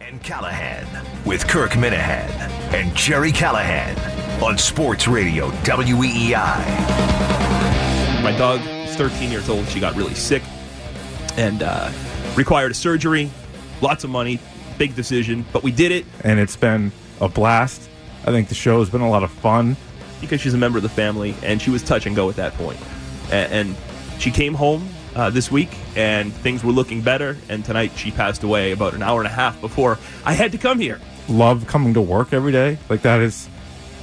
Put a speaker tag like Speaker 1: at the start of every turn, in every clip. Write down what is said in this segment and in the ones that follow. Speaker 1: and Callahan with Kirk Minahan and Jerry Callahan on Sports Radio E WEEI.
Speaker 2: My dog is 13 years old. She got really sick and uh, required a surgery. Lots of money, big decision, but we did it
Speaker 3: and it's been a blast. I think the show has been a lot of fun.
Speaker 2: because she's a member of the family, and she was touch and go at that point. A- And, she came home uh, this week, and things were looking better. And tonight, she passed away about an hour and a half before I had to come here.
Speaker 3: Love coming to work every day. Like that is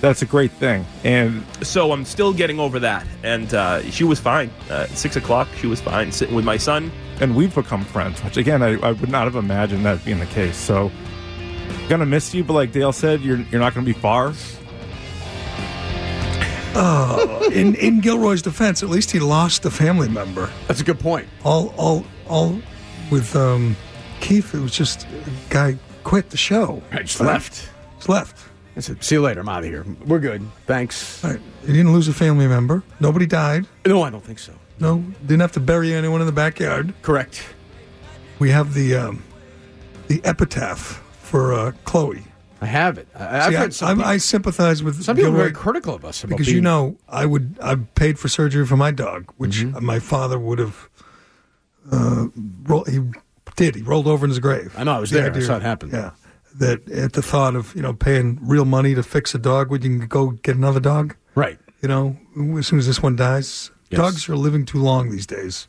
Speaker 3: that's a great thing. And
Speaker 2: so I'm still getting over that. And uh, she was fine. Uh, at six o'clock, she was fine, sitting with my son.
Speaker 3: and we've become friends, which again I, I would not have imagined that being the case. So gonna miss you, but like Dale said, you're you're not gonna be far.
Speaker 4: in in Gilroy's defense, at least he lost a family member.
Speaker 5: That's a good point.
Speaker 4: All all all with um, Keith. It was just a guy quit the show.
Speaker 5: I just left.
Speaker 4: Just left.
Speaker 5: I said, see you later. I'm out of here. We're good. Thanks.
Speaker 4: Right. He didn't lose a family member. Nobody died.
Speaker 5: No, I don't think so.
Speaker 4: No, didn't have to bury anyone in the backyard.
Speaker 5: Correct.
Speaker 4: We have the um, the epitaph for uh, Chloe.
Speaker 5: I have it. I, I've
Speaker 4: See, I,
Speaker 5: heard some,
Speaker 4: I'm-
Speaker 5: people,
Speaker 4: I sympathize with
Speaker 5: some people are
Speaker 4: Gilroy
Speaker 5: very critical of us about
Speaker 4: because
Speaker 5: being,
Speaker 4: you know I would I've paid for surgery for my dog, which
Speaker 5: Mm-hmm.
Speaker 4: my father would have. Uh, roll, he did. He rolled over in his grave.
Speaker 5: I know, I was
Speaker 4: The
Speaker 5: there. I saw it happen.
Speaker 4: Yeah, that at the thought of you know paying real money to fix a dog when you can go get another dog.
Speaker 5: Right.
Speaker 4: You know, as soon as this one dies,
Speaker 5: Yes.
Speaker 4: dogs are living too long these days,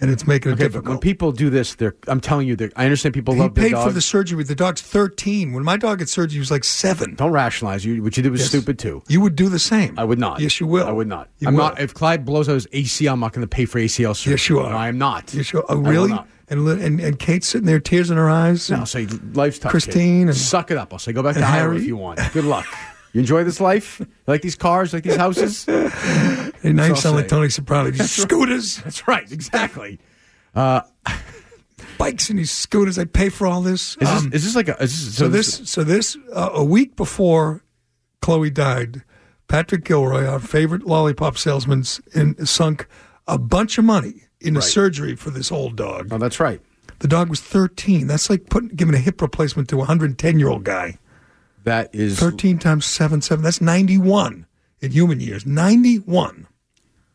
Speaker 4: and it's making it
Speaker 5: Okay, but
Speaker 4: difficult.
Speaker 5: when people do this, they're I'm telling you, they're- I understand people
Speaker 4: he
Speaker 5: love their
Speaker 4: paid for
Speaker 5: dogs.
Speaker 4: the surgery with the dog's thirteen. When my dog had surgery, he was like seven.
Speaker 5: Don't rationalize. You what you did was stupid too.
Speaker 4: You would do the same.
Speaker 5: I would not.
Speaker 4: Yes, you will.
Speaker 5: I would not.
Speaker 4: You
Speaker 5: I'm
Speaker 4: will.
Speaker 5: not. If Clyde blows out his ACL, I'm not going to pay for ACL surgery.
Speaker 4: Yes, you are.
Speaker 5: No, I am not.
Speaker 4: You sure? Oh,
Speaker 5: I will
Speaker 4: really?
Speaker 5: not.
Speaker 4: And, li- and and Kate's sitting there, tears in her eyes.
Speaker 5: No, I'll say life's tough. kid.
Speaker 4: Mm. Christine and-
Speaker 5: suck it up. I'll say go back to
Speaker 4: and
Speaker 5: Iowa
Speaker 4: Harry.
Speaker 5: if you want. Good luck. You enjoy this life? You like these cars? You like these houses?
Speaker 4: And now you
Speaker 5: That's all
Speaker 4: sound
Speaker 5: I'll
Speaker 4: like
Speaker 5: say.
Speaker 4: Tony Soprano. These scooters,
Speaker 5: That's right. Exactly.
Speaker 4: bikes, and these scooters. I pay for all this.
Speaker 5: Is this,
Speaker 4: Um,
Speaker 5: is this like a? Is this,
Speaker 4: so this, so this, uh, a week before Chloe died, Patrick Gilroy, our favorite lollipop salesman, s- in, sunk a bunch of money into surgery for this old dog.
Speaker 5: Oh, that's right.
Speaker 4: The dog was 13. That's like putting giving a hip replacement to a 110 year old guy.
Speaker 5: That is
Speaker 4: 13 times 7, 7. That's 91 in human years. 91.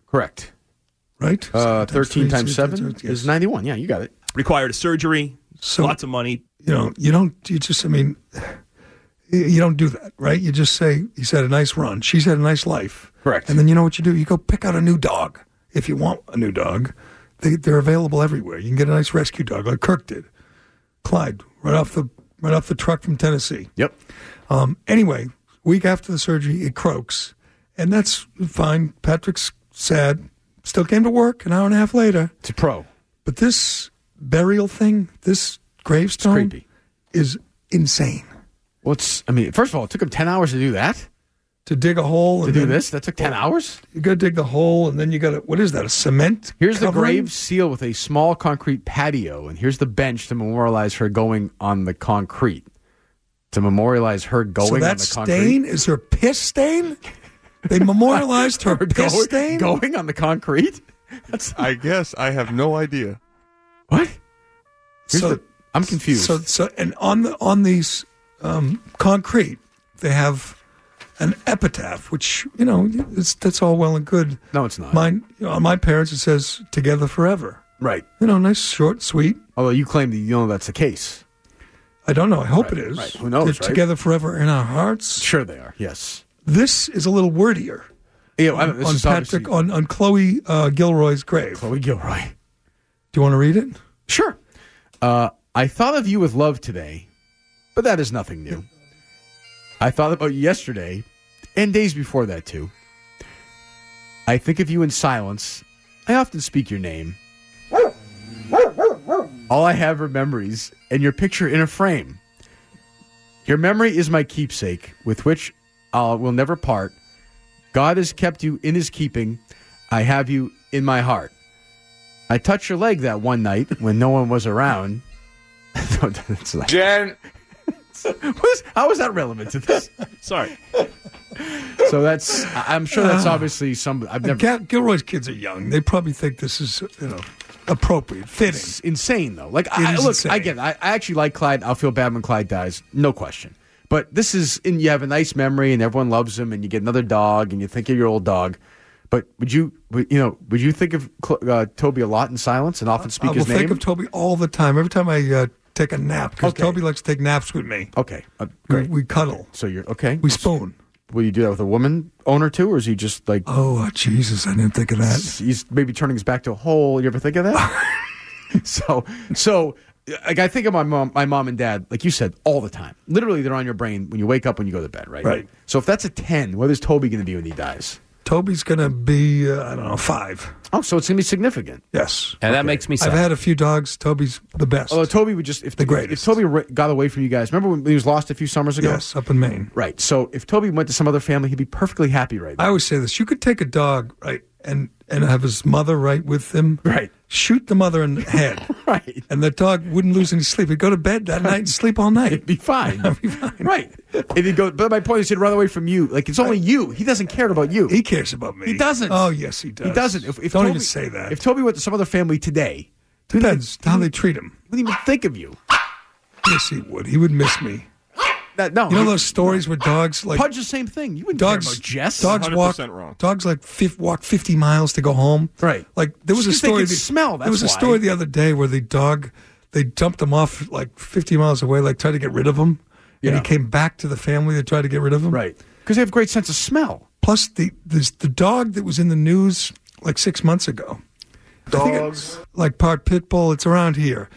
Speaker 5: correct.
Speaker 4: right?
Speaker 5: Uh,
Speaker 4: Sometimes
Speaker 5: Thirteen
Speaker 4: three,
Speaker 5: times
Speaker 4: two, two,
Speaker 5: seven
Speaker 4: two,
Speaker 5: is
Speaker 4: yes.
Speaker 5: ninety-one. Yeah, you got it.
Speaker 2: Required a surgery,
Speaker 4: So-
Speaker 2: lots of money.
Speaker 4: You know, you don't. You just. I mean, you- you don't do that, right? You just say he's had a nice run. She's had a nice life.
Speaker 5: Correct.
Speaker 4: And then you know what you do? You go pick out a new dog if you want a new dog. They, they're available everywhere. You can get a nice rescue dog like Kirk did, Clyde, right off the right off the truck from Tennessee.
Speaker 5: Yep.
Speaker 4: Um, anyway, week after the surgery, it croaks, and that's fine. Patrick's sad. Still came to work an hour and a half later.
Speaker 5: It's a pro.
Speaker 4: But this burial thing, this gravestone,
Speaker 5: creepy.
Speaker 4: is insane.
Speaker 5: Well, it's. I mean, first of all, it took him ten hours to do that.
Speaker 4: To dig a hole
Speaker 5: To
Speaker 4: and
Speaker 5: do
Speaker 4: then-
Speaker 5: this, that took ten hours.
Speaker 4: you got to dig the hole, and then you got to what is that? A cement?
Speaker 5: Here's the
Speaker 4: covering?
Speaker 5: grave seal with a small concrete patio, and here's the bench to memorialize her going on the concrete. To memorialize her going
Speaker 4: So
Speaker 5: on
Speaker 4: that
Speaker 5: the concrete.
Speaker 4: stain is her piss stain. They memorialized her
Speaker 5: Her
Speaker 4: piss
Speaker 5: going,
Speaker 4: stain.
Speaker 5: going on the concrete. That's
Speaker 6: I guess I have no idea.
Speaker 5: what? Here's
Speaker 4: So-
Speaker 5: the- I'm confused.
Speaker 4: So, so and on the on these um, concrete, they have an epitaph, which you know it's, that's all well and good.
Speaker 5: no, it's not.
Speaker 4: Mine, you know, on my parents, it says "Together Forever."
Speaker 5: right.
Speaker 4: You know, nice, short, sweet.
Speaker 5: Although you claim that you know that's the case.
Speaker 4: I don't know. I hope
Speaker 5: Right,
Speaker 4: it is.
Speaker 5: right. Who knows,
Speaker 4: They're
Speaker 5: right?
Speaker 4: Together forever in our hearts.
Speaker 5: Sure, they are. Yes.
Speaker 4: This is a little wordier
Speaker 5: Yeah, I don't- this
Speaker 4: on
Speaker 5: is obviously
Speaker 4: Patrick on on Chloe uh, Gilroy's grave.
Speaker 5: Chloe Gilroy.
Speaker 4: Do you want to read it?
Speaker 5: Sure. Uh, I thought of you with love today, but that is nothing new. I thought about you yesterday and days before that, too. I think of you in silence. I often speak your name. All I have are memories and your picture in a frame. Your memory is my keepsake, with which I will never part. God has kept you in his keeping. I have you in my heart. I touched your leg that one night when no one was around. No, that's not-
Speaker 6: Jen,
Speaker 5: What is- how is that relevant to this?
Speaker 2: Sorry.
Speaker 5: So that's, I- I'm sure that's obviously some, I've never,
Speaker 4: Ga- Gilroy's kids are young. They probably think this is you know appropriate, fitting.
Speaker 5: It's insane though. Like
Speaker 4: It
Speaker 5: I,
Speaker 4: is
Speaker 5: look,
Speaker 4: insane.
Speaker 5: I get it. I, I actually like Clyde. I'll feel bad when Clyde dies, no question. But this is, and you have a nice memory, and everyone loves him, and you get another dog, and you think of your old dog. But would you, would- you know, would you think of Cl- uh, Toby a lot in silence and often speak
Speaker 4: I will
Speaker 5: his name?
Speaker 4: think of Toby all the time. Every time I uh, take a nap, because
Speaker 5: Okay.
Speaker 4: Toby likes to take naps with me.
Speaker 5: okay, uh,
Speaker 4: We,
Speaker 5: great.
Speaker 4: we cuddle.
Speaker 5: so you're okay.
Speaker 4: Mm-hmm. We spoon.
Speaker 5: Will you do that with a woman owner too, or is he just like
Speaker 4: Oh, Jesus, I didn't think of that.
Speaker 5: he's maybe turning his back to a hole. You ever think of that? so, so like I think of my mom, my mom and dad, like you said, all the time. Literally, they're on your brain when you wake up, when you go to bed, right?
Speaker 4: Right.
Speaker 5: So if that's a ten, what is Toby going to be when he dies?
Speaker 4: Toby's going to be, uh, I don't know, five.
Speaker 5: Oh, so it's going to be significant.
Speaker 4: Yes.
Speaker 7: And that makes me sad.
Speaker 4: I've had a few dogs. Toby's the best.
Speaker 5: Although Oh, Toby would just if
Speaker 4: The
Speaker 5: if
Speaker 4: greatest.
Speaker 5: Toby ri- got away from you guys, remember when he was lost a few summers ago?
Speaker 4: yes, up in Maine.
Speaker 5: Right. So if Toby went to some other family, he'd be perfectly happy right
Speaker 4: I
Speaker 5: now.
Speaker 4: always say this: you could take a dog, right, and and have his mother right with him,
Speaker 5: Right.
Speaker 4: Shoot the mother in the head,
Speaker 5: right.
Speaker 4: and the dog wouldn't lose any sleep. He'd go to bed that night and sleep all night.
Speaker 5: It'd be fine. Right. And he'd go, but my point is, he'd run away from you. Like, it's only you. He doesn't care about you.
Speaker 4: He cares about me.
Speaker 5: He doesn't.
Speaker 4: Oh yes, he does.
Speaker 5: He doesn't. If, if
Speaker 4: Don't
Speaker 5: Toby,
Speaker 4: even say that.
Speaker 5: If Toby went to some other family today,
Speaker 4: Depends how they treat him.
Speaker 5: he wouldn't even think of you.
Speaker 4: Yes, he would. He would miss me.
Speaker 5: That, no,
Speaker 4: You know those stories where dogs like
Speaker 5: Pudge the same thing. You wouldn't
Speaker 4: dogs
Speaker 5: care about Jess.
Speaker 4: dogs walk
Speaker 6: 100% wrong.
Speaker 4: dogs like fif- walk 50 miles to go home
Speaker 5: Right.
Speaker 4: like there was
Speaker 5: Just 'cause
Speaker 4: a
Speaker 5: they
Speaker 4: story
Speaker 5: could smell,
Speaker 4: there was a
Speaker 5: that's why.
Speaker 4: story the other day where the dog they dumped him off like 50 miles away like tried to get rid of him and
Speaker 5: Yeah.
Speaker 4: he came back to the family that tried to get rid of him
Speaker 5: right? Because they have a great sense of smell.
Speaker 4: plus the this, the dog that was in the news like six months ago dogs like part pit bull it's around here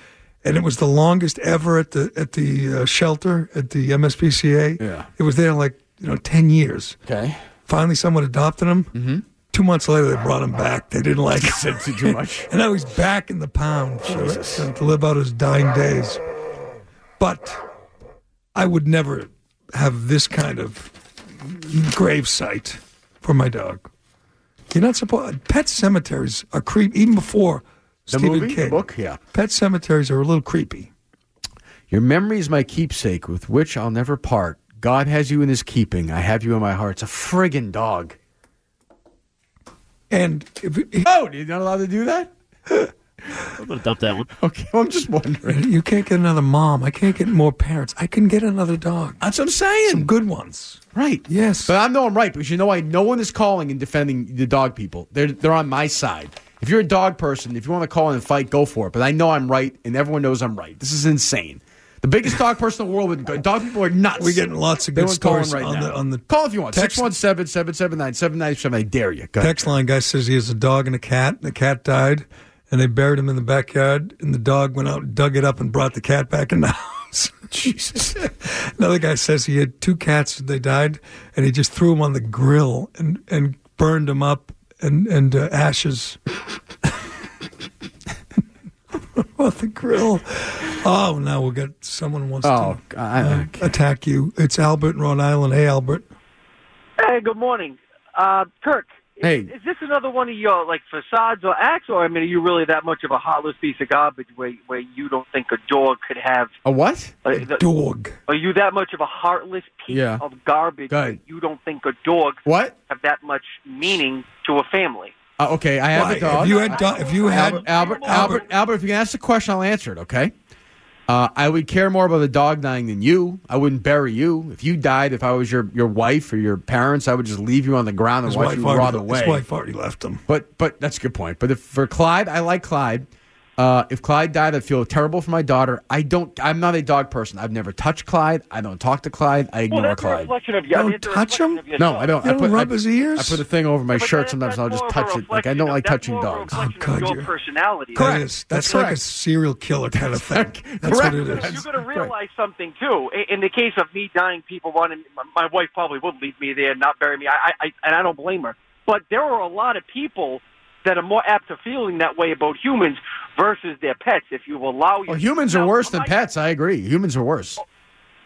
Speaker 4: and it was the longest ever at the at the uh, shelter at the MSPCA
Speaker 5: Yeah.
Speaker 4: it was there like you know 10 years
Speaker 5: Okay.
Speaker 4: Finally, someone adopted him. Mm-hmm. Two months later, they brought him back. They didn't like him.
Speaker 5: Said too, too much.
Speaker 4: And now he's back in the pound for- to, to live out his dying days. But I would never have this kind of grave site for my dog. You're not supposed. Pet cemeteries are creepy. Even before Stephen
Speaker 5: movie? The
Speaker 4: King,
Speaker 5: book? Yeah.
Speaker 4: Pet cemeteries are a little creepy.
Speaker 5: Your memory is my keepsake, with which I'll never part. God has you in His keeping. I have you in my heart. It's a friggin' dog.
Speaker 4: And if,
Speaker 5: Oh, you're not allowed to do that.
Speaker 8: I'm gonna dump that one.
Speaker 5: Okay, I'm just wondering.
Speaker 4: you can't get another mom, I can't get more parents. I can get another dog.
Speaker 5: That's what I'm saying.
Speaker 4: Some good ones.
Speaker 5: Right.
Speaker 4: Yes.
Speaker 5: But I know I'm right because you know why no one is calling and defending the dog people. They're they're on my side. If you're a dog person, if you want to call in and fight, go for it. But I know I'm right, and everyone knows I'm right. This is insane. The biggest dog person in the world would go. Dog people are nuts.
Speaker 4: We're getting lots of
Speaker 5: They
Speaker 4: good
Speaker 5: won't call in
Speaker 4: stories on the- on the
Speaker 5: call if you want.
Speaker 4: text-
Speaker 5: 617 779 7977. I dare you. Go ahead.
Speaker 4: Text line guy says he has a dog and a cat, and the cat died, and they buried him in the backyard, and the dog went out and dug it up and brought the cat back in the house. Jesus. Another guy says he had two cats and they died, and he just threw them on the grill and, and burned them up and, and uh, ashes. on the grill. Oh, now we'll get someone wants
Speaker 5: Oh,
Speaker 4: to
Speaker 5: I-
Speaker 4: uh, attack you. It's Albert in Rhode Island. Hey, Albert.
Speaker 9: Hey, good morning, uh, Kirk. is-
Speaker 5: Hey.
Speaker 9: is, this another one of your like facades or acts, or I mean, are you really that much of a heartless piece of garbage where where you don't think a dog could have?
Speaker 5: A what?
Speaker 9: Uh, the-
Speaker 4: Dog.
Speaker 9: are you that much of a heartless piece
Speaker 5: Yeah.
Speaker 9: of garbage?
Speaker 5: Go
Speaker 9: where
Speaker 5: ahead.
Speaker 9: You don't think a dog
Speaker 5: What?
Speaker 9: have that much meaning to a family?
Speaker 5: Uh, okay, I have
Speaker 4: Why?
Speaker 5: a dog.
Speaker 4: If you had, do- if you had
Speaker 5: Albert, Albert, Albert, Albert, if you can ask the question, I'll answer it, okay? Uh, I would care more about the dog dying than you. I wouldn't bury you. If you died, if I was your, your wife or your parents, I would just leave you on the ground and
Speaker 4: His
Speaker 5: watch
Speaker 4: wife,
Speaker 5: you rot
Speaker 4: already,
Speaker 5: away.
Speaker 4: his wife already left him.
Speaker 5: But but that's a good point. But if for Clyde, I like Clyde. Uh, if Clyde died, I feel terrible for my daughter. I don't. I'm not a dog person. I've never touched Clyde. I don't talk to Clyde. I ignore
Speaker 9: well, that's a
Speaker 5: Clyde.
Speaker 9: reflection of you. I mean,
Speaker 4: Don't
Speaker 9: it's a
Speaker 4: touch
Speaker 9: reflection
Speaker 4: him?
Speaker 9: of yourself.
Speaker 5: No, I don't.
Speaker 4: You
Speaker 5: I
Speaker 4: don't
Speaker 5: put,
Speaker 4: rub
Speaker 5: I,
Speaker 4: his ears?
Speaker 5: I put a thing over my
Speaker 9: But
Speaker 5: shirt.
Speaker 9: that-
Speaker 5: Sometimes
Speaker 9: that's
Speaker 5: I'll just
Speaker 9: more of a
Speaker 5: touch it. Like I
Speaker 9: reflection
Speaker 5: don't
Speaker 9: of-
Speaker 5: like
Speaker 9: that's
Speaker 5: touching
Speaker 9: more of a
Speaker 5: dogs.
Speaker 9: reflection of
Speaker 4: God,
Speaker 9: your
Speaker 4: you're-
Speaker 9: personality.
Speaker 4: That is, that's,
Speaker 5: That's
Speaker 4: like
Speaker 5: correct.
Speaker 4: a serial killer kind of thing. That's what
Speaker 5: Correct.
Speaker 4: it is.
Speaker 9: You're going to realize something too. I- In the case of me dying, people wanted my- my wife probably would leave me there and not bury me. I, I, I and I don't blame her. But there are a lot of people that are more apt to feeling that way about humans versus their pets. If you allow,
Speaker 5: Well,
Speaker 9: your-
Speaker 5: Oh, humans are
Speaker 9: Now, oh
Speaker 5: worse than
Speaker 9: I-
Speaker 5: pets. I agree. Humans are worse.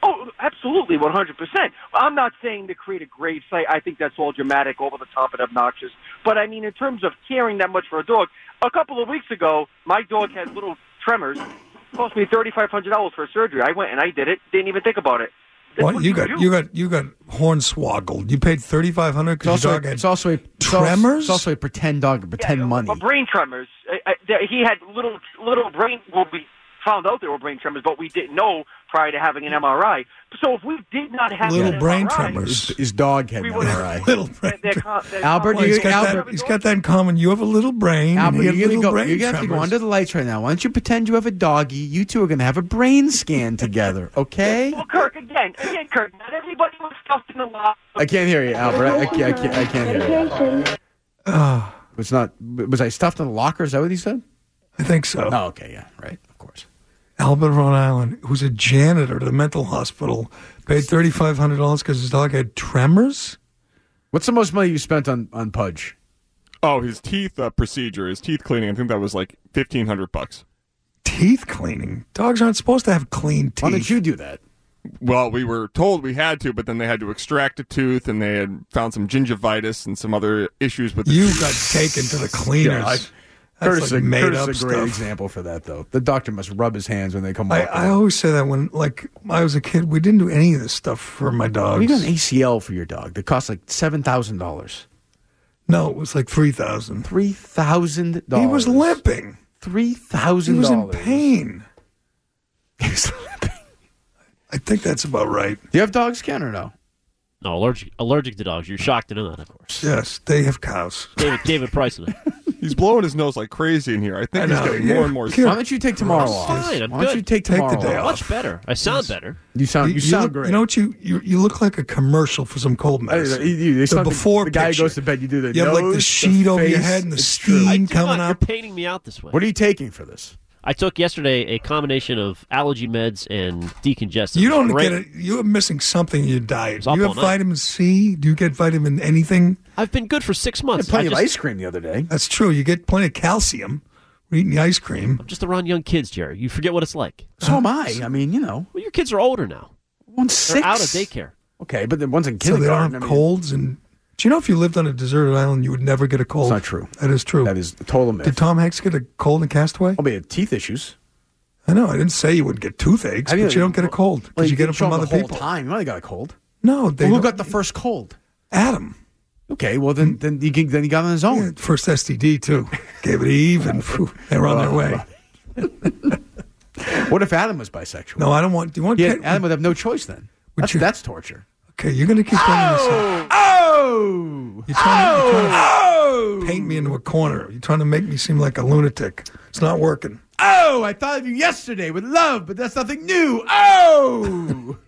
Speaker 9: Oh, absolutely, one hundred percent. I'm not saying to create a grave site. I think that's all dramatic, over the top, and obnoxious. But I mean, in terms of caring that much for a dog, a couple of weeks ago, my dog had little tremors. It cost me thirty five hundred dollars for surgery. I went and I did it. Didn't even think about it.
Speaker 4: What you
Speaker 9: what
Speaker 4: got?
Speaker 9: you do.
Speaker 4: You got you got hornswoggled. You paid thirty five hundred
Speaker 5: It's
Speaker 4: because
Speaker 5: also,
Speaker 4: your dog had
Speaker 5: it's also a it's al-
Speaker 4: tremors.
Speaker 5: It's also a pretend dog, pretend money.
Speaker 9: Well, brain tremors. Uh, uh, that- he had little little brain. Well, we found out there were brain tremors, but we didn't know prior to having an MRI. So if we did not have
Speaker 4: little
Speaker 9: an
Speaker 4: brain
Speaker 9: MRI,
Speaker 5: His,
Speaker 4: tremors.
Speaker 5: his dog had
Speaker 9: We
Speaker 5: an
Speaker 9: would-
Speaker 5: MRI.
Speaker 4: Little brain.
Speaker 9: they're- they're con- they're
Speaker 5: Albert,
Speaker 4: Well,
Speaker 9: complex.
Speaker 5: you-
Speaker 4: he's got that. He's got that in common. You have a little brain.
Speaker 5: Albert,
Speaker 4: and he
Speaker 5: you're
Speaker 4: had
Speaker 5: gonna
Speaker 4: little
Speaker 5: go.
Speaker 4: brain
Speaker 5: You have to go
Speaker 4: tremors.
Speaker 5: under the lights right now. Why don't you pretend you have a doggy? You two are gonna have a brain scan together, okay?
Speaker 9: Well, Kirk, again, again, Kirk. Not everybody was stuffed in the lock.
Speaker 5: I can't hear you, Albert. I, I, can't, I, can't, I can't hear you. It's not. Was I stuffed in the locker? Is that what he said?
Speaker 4: I think so.
Speaker 5: Oh, okay, yeah, right, of course.
Speaker 4: Albert, Rhode Island, who's a janitor at a mental hospital, paid thirty five hundred dollars because his dog had tremors.
Speaker 5: What's the most money you spent on on Pudge?
Speaker 6: Oh, his teeth uh, procedure, his teeth cleaning. I think that was like fifteen hundred bucks.
Speaker 4: Teeth cleaning. Dogs aren't supposed to have clean teeth.
Speaker 5: Why don't you do that?
Speaker 6: Well, we were told we had to, but then they had to extract a tooth, and they had found some gingivitis and some other issues with. The
Speaker 4: You got taken to the cleaners.
Speaker 5: Yeah, I-
Speaker 4: That's
Speaker 5: Curtis,
Speaker 4: like
Speaker 5: is a-
Speaker 4: made
Speaker 5: Curtis
Speaker 4: up
Speaker 5: is a great
Speaker 4: stuff.
Speaker 5: example for that, though. The doctor must rub his hands when they come.
Speaker 4: I,
Speaker 5: walking
Speaker 4: I
Speaker 5: in.
Speaker 4: always say that when like I was a kid, we didn't do any of this stuff for my
Speaker 5: We
Speaker 4: dogs.
Speaker 5: got an ACL for your dog that cost like seven thousand dollars.
Speaker 4: No, it was like three thousand.
Speaker 5: Three thousand dollars.
Speaker 4: He was limping.
Speaker 5: Three
Speaker 4: He
Speaker 5: thousand.
Speaker 4: was in pain. I think that's about right.
Speaker 5: Do you have dogs, Ken, or no?
Speaker 8: No, allergic, allergic to dogs. You're shocked to know that, of course.
Speaker 4: Yes, they have cows.
Speaker 8: David, David Priceman.
Speaker 6: he's blowing his nose like crazy in here. I think
Speaker 4: I
Speaker 6: he's
Speaker 4: know,
Speaker 6: getting
Speaker 4: yeah.
Speaker 6: more and more.
Speaker 4: Here.
Speaker 5: Why don't you take tomorrow off?
Speaker 8: Fine, I'm
Speaker 5: Why don't
Speaker 8: good.
Speaker 5: you take
Speaker 4: Take the
Speaker 5: tomorrow
Speaker 4: day
Speaker 5: off?
Speaker 4: off.
Speaker 8: Much better. I sound better.
Speaker 5: You sound Oh, you, sound
Speaker 4: look,
Speaker 5: great.
Speaker 4: You know what you, you you look like a commercial for some cold
Speaker 5: I- I-
Speaker 4: medicine.
Speaker 5: you- you-
Speaker 4: The
Speaker 5: something-
Speaker 4: before
Speaker 5: the guy
Speaker 4: picture.
Speaker 5: goes to bed, you do the
Speaker 4: You have like
Speaker 5: nose,
Speaker 4: the
Speaker 5: the
Speaker 4: sheet over your
Speaker 5: face.
Speaker 4: head and the
Speaker 5: It's true.
Speaker 8: I
Speaker 4: steam
Speaker 8: do
Speaker 4: coming
Speaker 8: not.
Speaker 4: up.
Speaker 8: You're painting me out this way.
Speaker 5: What are you taking for this?
Speaker 8: I took yesterday a combination of allergy meds and decongestant.
Speaker 4: You don't
Speaker 8: Great.
Speaker 4: get it. You're missing something in your diet.
Speaker 8: It's
Speaker 4: Do
Speaker 8: up
Speaker 4: you
Speaker 8: all
Speaker 4: have
Speaker 8: night.
Speaker 4: vitamin C? Do you get vitamin anything?
Speaker 8: I've been good for six
Speaker 5: I
Speaker 8: months.
Speaker 5: had plenty
Speaker 8: I
Speaker 5: of
Speaker 8: just,
Speaker 5: ice cream the other day.
Speaker 4: That's true. You get plenty of calcium. We're eating the ice cream.
Speaker 8: I'm just around young kids, Jerry. You forget what it's like.
Speaker 5: So am I. I mean, you know,
Speaker 8: Well, your kids are older now.
Speaker 5: one's
Speaker 8: They're
Speaker 5: six
Speaker 8: out of daycare.
Speaker 5: Okay, but then one's in
Speaker 4: So they
Speaker 5: kindergarten.
Speaker 4: don't
Speaker 5: I
Speaker 4: have
Speaker 5: mean,
Speaker 4: colds. And do you know if you lived on a deserted island, you would never get a cold?
Speaker 5: not true.
Speaker 4: That is true.
Speaker 5: That is a total myth.
Speaker 4: Did Tom Hanks get a cold in Castaway?
Speaker 5: I'll be at teeth issues.
Speaker 4: I know. I didn't say you would get toothaches,
Speaker 5: I mean,
Speaker 4: but you don't get a cold because
Speaker 5: Well,
Speaker 4: you get it
Speaker 5: didn't show
Speaker 4: from
Speaker 5: them
Speaker 4: other
Speaker 5: the whole
Speaker 4: people.
Speaker 5: Time you only got a cold.
Speaker 4: No, they
Speaker 5: Well, who
Speaker 4: don't-
Speaker 5: got the first cold?
Speaker 4: Adam.
Speaker 5: Okay, well
Speaker 4: Hmm.
Speaker 5: then, then he can- then he got on his
Speaker 4: Yeah,
Speaker 5: own.
Speaker 4: first STD too. Gave it to Eve, and phew, they were on their way.
Speaker 5: What if Adam was bisexual?
Speaker 4: No, I don't want. Do you want?
Speaker 5: Yeah,
Speaker 4: Ken-
Speaker 5: Adam would have no choice then.
Speaker 4: Would
Speaker 5: That's,
Speaker 4: you-
Speaker 5: that's torture.
Speaker 4: okay, you're gonna keep bringing this up.
Speaker 5: Oh,
Speaker 4: You're trying, to, you're trying to paint me into a corner. You're trying to make me seem like a lunatic. It's not working.
Speaker 5: oh! I thought of you yesterday with love, but that's nothing new. Oh,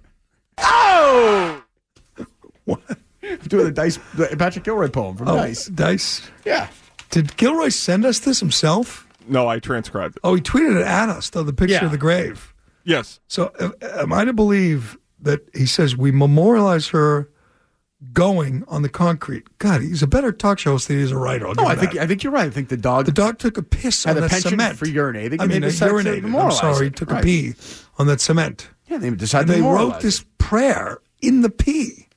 Speaker 5: oh!
Speaker 4: What?
Speaker 5: Doing the dice the Patrick Gilroy poem from
Speaker 4: Oh,
Speaker 5: Dice.
Speaker 4: Dice.
Speaker 5: Yeah,
Speaker 4: Did Gilroy send us this himself?
Speaker 6: No, I transcribed it.
Speaker 4: Oh, he tweeted it at us, though, the picture
Speaker 5: Yeah.
Speaker 4: of the grave.
Speaker 6: Yes,
Speaker 4: So uh, am I to believe that he says we memorialize her going on the concrete? God, he's a better talk show host than he is a writer. I'll
Speaker 5: no,
Speaker 4: give
Speaker 5: Oh, I
Speaker 4: him
Speaker 5: think
Speaker 4: that.
Speaker 5: I think you're right. I think the dog.
Speaker 4: the dog took a piss
Speaker 5: Had
Speaker 4: on
Speaker 5: a
Speaker 4: that
Speaker 5: penchant
Speaker 4: cement
Speaker 5: for urinating,
Speaker 4: I
Speaker 5: and they
Speaker 4: mean, uh,
Speaker 5: decided to
Speaker 4: urinated. I'm
Speaker 5: memorialize
Speaker 4: sorry,
Speaker 5: it.
Speaker 4: took
Speaker 5: Right.
Speaker 4: a pee on that cement.
Speaker 5: yeah, they
Speaker 4: And
Speaker 5: decided
Speaker 4: they
Speaker 5: to
Speaker 4: wrote
Speaker 5: moralize
Speaker 4: this
Speaker 5: it.
Speaker 4: prayer in the pee.